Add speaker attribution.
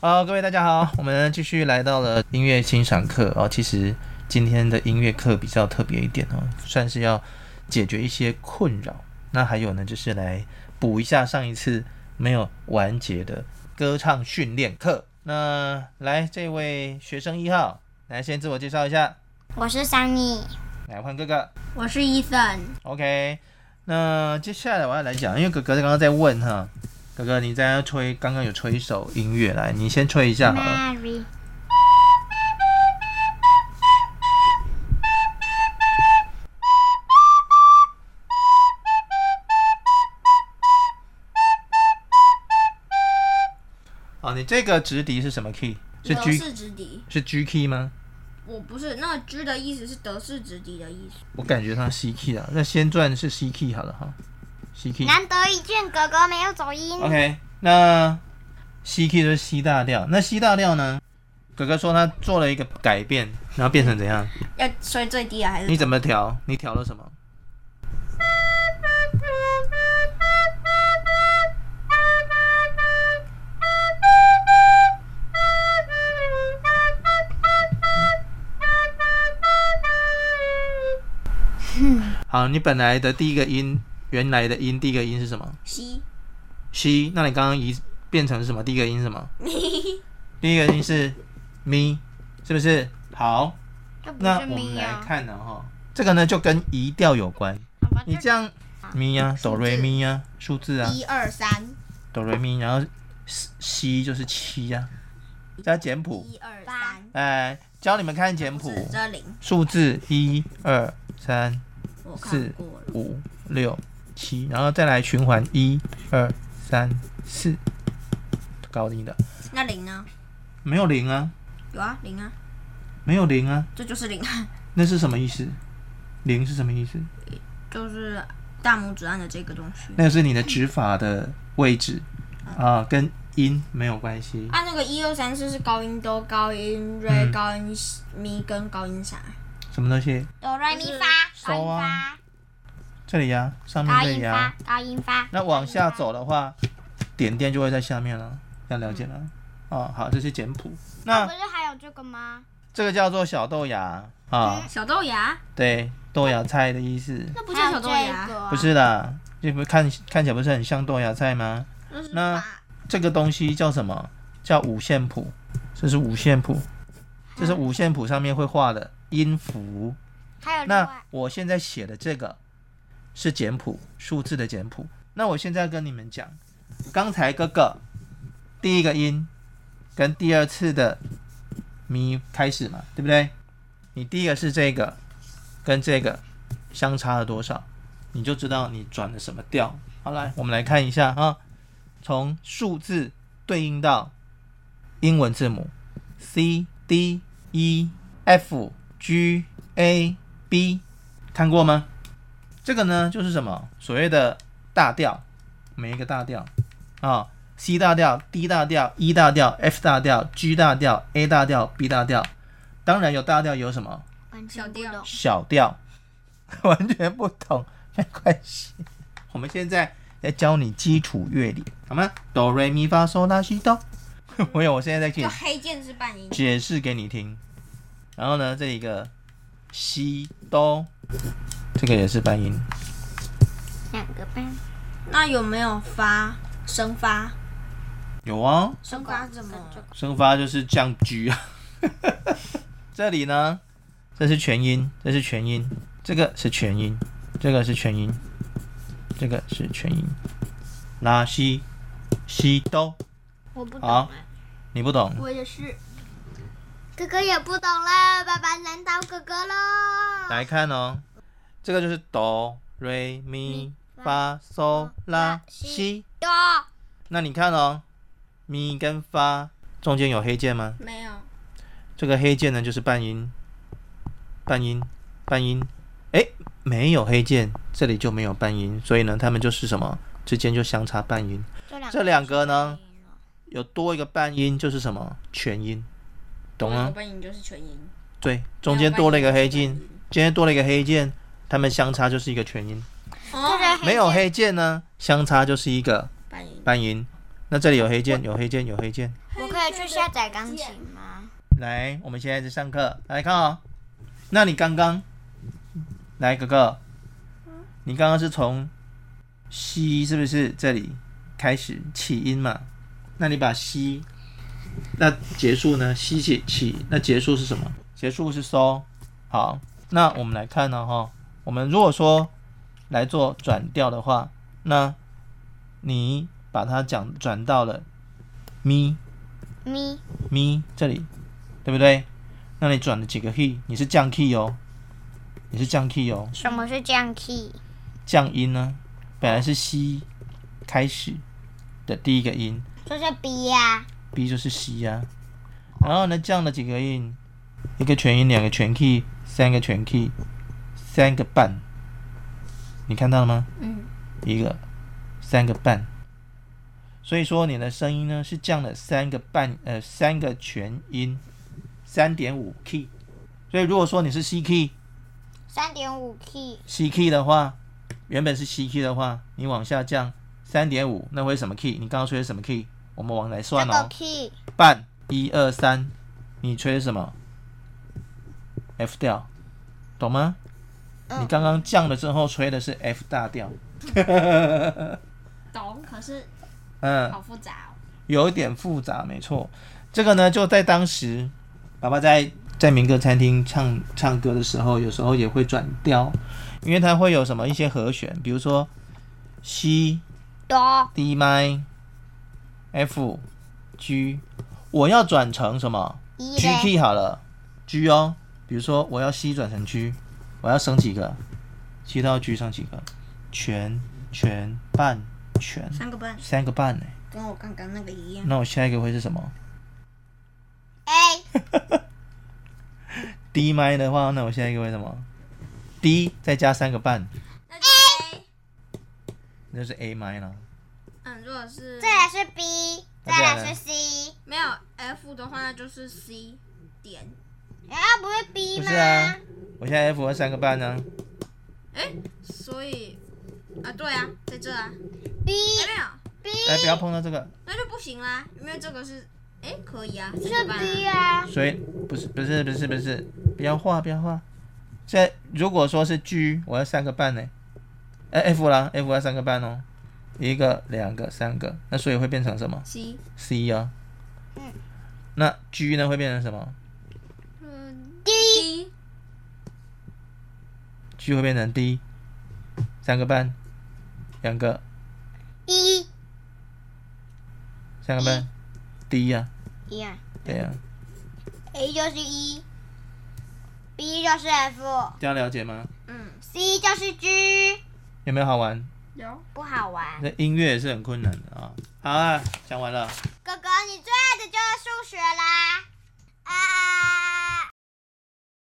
Speaker 1: 好，各位大家好，我们继续来到了音乐欣赏课哦。其实今天的音乐课比较特别一点哦，算是要解决一些困扰。那还有呢，就是来补一下上一次没有完结的歌唱训练课。那来，这位学生一号，来先自我介绍一下，
Speaker 2: 我是 Sunny，
Speaker 1: 来换哥哥。
Speaker 3: 我是 Ethan，
Speaker 1: OK，那接下来我要来讲，因为哥哥刚刚在问哈，哥哥你在吹，刚刚有吹一首音乐来，你先吹一下好了。
Speaker 2: Mary，
Speaker 1: 哦，你这个直笛是什么 key？是
Speaker 3: 德
Speaker 1: G
Speaker 3: 式直笛。
Speaker 1: 是 G key 吗？
Speaker 3: 我不是那个 G 的意思是德式直笛的意思。
Speaker 1: 我感觉像 C key 啊，那先转是 C key 好了哈，C key。
Speaker 2: 难得一见哥哥没有走音。
Speaker 1: OK，那 C key 就是 C 大调，那 C 大调呢？哥哥说他做了一个改变，然后变成怎样？
Speaker 3: 要吹最低啊，还
Speaker 1: 你
Speaker 3: 是
Speaker 1: 怎么调？你调了什么？好，你本来的第一个音，原来的音，第一个音是什么
Speaker 3: C？
Speaker 1: ？C。那你刚刚移变成什么？第一个音是什么？第一个音是咪，是不是？好，
Speaker 2: 这不
Speaker 1: 那
Speaker 2: 是
Speaker 1: 我
Speaker 3: 啊
Speaker 1: 们
Speaker 2: 咪
Speaker 1: 来
Speaker 2: 呀、
Speaker 1: 看呢啊哈，这个呢就跟移调有关。
Speaker 2: 好吧
Speaker 1: 你这样咪呀、哆瑞咪呀、数字啊，
Speaker 3: 一二三，
Speaker 1: 哆瑞咪，然后西西就是七呀、加简谱。
Speaker 3: 一二三，
Speaker 1: 哎，教你们看简
Speaker 3: 不
Speaker 1: 谱，
Speaker 3: 是这零，
Speaker 1: 数字一二三
Speaker 3: 我看
Speaker 1: 四
Speaker 3: 过了。
Speaker 1: 五六七，然后再来循环一二三四，高低的，
Speaker 3: 那零呢？
Speaker 1: 没有零啊，
Speaker 3: 有啊，零啊，
Speaker 1: 没有零啊，
Speaker 3: 这就是零啊，
Speaker 1: 那是什么意思？零是什么意思？
Speaker 3: 就是大拇指按的这个东西。
Speaker 1: 那个是你的指法的位置啊，跟音没有关系。
Speaker 3: 按啊那个一二三四是高音哆、高音瑞、
Speaker 1: 嗯
Speaker 3: 高音咪跟高音啥？
Speaker 1: 什么东西？
Speaker 2: 哆来咪
Speaker 1: 就是
Speaker 2: 发，高
Speaker 1: 收
Speaker 2: 音
Speaker 1: 啊嗯
Speaker 2: 发，
Speaker 1: 这里呀、上面
Speaker 2: 高
Speaker 1: 这里
Speaker 2: 音
Speaker 1: 呀、
Speaker 2: 发，高音发。
Speaker 1: 那往下走的话，点点就会在下面了，要了解了。哦，好，这是简谱。
Speaker 2: 啊，
Speaker 1: 那
Speaker 2: 不是还有这个吗？
Speaker 1: 这个叫做小豆芽啊，
Speaker 3: 小豆芽？
Speaker 1: 对，豆芽菜的意思。
Speaker 3: 那不叫小豆
Speaker 2: 还有这
Speaker 3: 芽，
Speaker 2: 个啊
Speaker 1: 不，是啦，这不看看起来不是很像豆芽菜吗？
Speaker 2: 嗯
Speaker 3: 那是
Speaker 1: 那
Speaker 3: 把
Speaker 1: 这个东西叫什么？叫五线谱，这是五线谱，这是五线谱上面会画的音符。
Speaker 2: 还有另啊
Speaker 1: 那
Speaker 2: 外
Speaker 1: 我现在写的这个是简谱，数字的简谱。那我现在跟你们讲，刚才哥哥第一个音跟第二次的咪开始嘛，对不对？你第一个是这个跟这个相差了多少，你就知道你转了什么调。好，来我们来看一下哈，从数字对应到英文字母 C D E F G A B，看过吗？这个呢就是什么所谓的大调，每一个大调啊、c 大调、D 大调、E 大调、F 大调、G 大调、A 大调、B 大调，当然有大调有什么
Speaker 2: 完
Speaker 3: 小
Speaker 2: 全不
Speaker 3: 调
Speaker 2: 懂。
Speaker 1: 小调， 完全不同，没关系。我们现在来教你基础乐理，好吗？哆瑞咪发嗦拉西哆， 我有，我现在在给你
Speaker 3: 就黑键是半音。
Speaker 1: 解释给你听。然后呢，这一个西哆，这个也是半音，
Speaker 2: 两个班，
Speaker 3: 那有没有发声发？
Speaker 1: 有啊、
Speaker 3: 声发怎么？
Speaker 1: 升发就是降 G 啊。 这里呢，这是全音，这是全音，这个是全音，这个是全音，这个是全音。拉西西哆，
Speaker 2: 我不
Speaker 1: 好
Speaker 2: 哎
Speaker 1: 你不懂，
Speaker 3: 我也是。
Speaker 2: 哥哥也不懂了，爸爸难倒哥哥喽。
Speaker 1: 来看哦，这个就是哆、瑞、咪、发、嗦、拉、西。
Speaker 2: 有，
Speaker 1: 那你看哦，咪跟发中间有黑键吗？
Speaker 3: 没有。
Speaker 1: 这个黑键呢就是半音，半音，半音，哎，没有黑键，这里就没有半音，所以呢，它们就是什么之间就相差半音，
Speaker 2: 这两
Speaker 1: 这两个呢？有多一个半音就是什么全音，懂
Speaker 3: 我的
Speaker 1: 吗？
Speaker 3: 半音就是全音。
Speaker 1: 对，中间多了一个黑键，中间多了一个黑键，它们相差就是一个全音，
Speaker 3: 哦，
Speaker 1: 没有黑键呢，相差就是一个
Speaker 3: 半音。
Speaker 1: 半音。那这里有黑键，有黑键，有黑键，
Speaker 2: 我可以去下载钢琴吗？
Speaker 1: 来，我们现在在上课，来看哦。那你刚刚，来哥哥，你刚刚是从西是不是这里开始起音嘛？那你把西，那结束呢？西起起，那结束是什么？结束是收。好，那我们来看呢、哈，我们如果说来做转调的话，那你把它讲转到了咪
Speaker 2: 咪
Speaker 1: 咪这里，对不对？那你转了几个 key？你是降 key 哦，你是降 key 哦，
Speaker 2: 什么是降 key？
Speaker 1: 降音呢？本来是西开始的第一个音
Speaker 2: 就是 B 呀、
Speaker 1: ，B 就是西呀、然后呢，降了几个音？一个全音，两个全 key，三个全 key，三个半。你看到了吗？
Speaker 3: 嗯，
Speaker 1: 一个，三个半。所以说你的声音呢是降了三个半，呃，三个全音，三点五 key。所以如果说你是 C key，
Speaker 2: 三点五 key，
Speaker 1: C key 的话，原本是 C key 的话，你往下降三点五，那会是什么 key？你刚刚吹的什么 key？我们往来
Speaker 2: 这
Speaker 1: 算
Speaker 2: 个
Speaker 1: 哦，
Speaker 2: key
Speaker 1: 半一二三，你吹的什么？F 调，懂吗？你刚刚降了之后吹的是 F 大调，
Speaker 3: 懂，可是
Speaker 1: 嗯，
Speaker 3: 好复杂哦。
Speaker 1: 有一点复杂，没错。这个呢，就在当时，爸爸在在民歌餐厅唱唱歌的时候，有时候也会转调，因为它会有什么一些和弦，比如说西。
Speaker 2: 哆
Speaker 1: D 麦 F G，我要转成什么
Speaker 2: 一
Speaker 1: G
Speaker 2: 嘞，
Speaker 1: key 好了，G 哦。比如说我要 C 转成 G，我要升几个？C 到 G 升几个？全全半全
Speaker 3: 三个半，
Speaker 1: 三个半呢、
Speaker 3: 跟我刚刚那个一样。
Speaker 1: 那我下一个会是什么
Speaker 2: A
Speaker 1: ？D 麦的话，那我下一个会什么？D 再加三个半，
Speaker 3: 那就 A，
Speaker 1: 那就是 A 麦了。
Speaker 3: 嗯，如果是
Speaker 2: 再来是 B，
Speaker 1: 那
Speaker 2: 再
Speaker 1: 再来
Speaker 2: 来是 C，
Speaker 3: 没有 F 的话，那就是 C 点。
Speaker 2: 然后不是 B
Speaker 1: 不
Speaker 2: 吗？
Speaker 1: 是啊，我现在 F 和三个半呢、
Speaker 3: 哎，所以啊，对啊，在这啊，
Speaker 2: b
Speaker 3: 哎没有，
Speaker 2: B
Speaker 1: 哎，不要碰到这个，
Speaker 3: 那就不行啦，因为这个是哎可以啊，三
Speaker 2: 是
Speaker 3: 个半
Speaker 2: B
Speaker 3: 啊。
Speaker 2: 啊，
Speaker 1: 所以不是不是不是不是，不要画不要画。这如果说是 G，我要三个半呢、哎 F 啦，F 要三个半哦，一个两个三个，那所以会变成什么
Speaker 3: C，
Speaker 1: C 啊？
Speaker 2: 嗯。
Speaker 1: 那 G 呢会变成什么
Speaker 3: 嗯
Speaker 2: D
Speaker 3: ，D，
Speaker 1: ？G 会变成 D，三个半，两个
Speaker 2: E
Speaker 1: 三个半，D 呀、
Speaker 2: 一样
Speaker 1: 对啊呀、
Speaker 2: ，A 就是 E，B 就是 F，C
Speaker 1: 这样了解吗？
Speaker 3: 嗯，
Speaker 2: 就是 G，
Speaker 1: 有没有好玩？
Speaker 3: 有。
Speaker 2: 不好玩。
Speaker 1: 那音乐也是很困难的啊。好啊，讲完了。
Speaker 2: 啊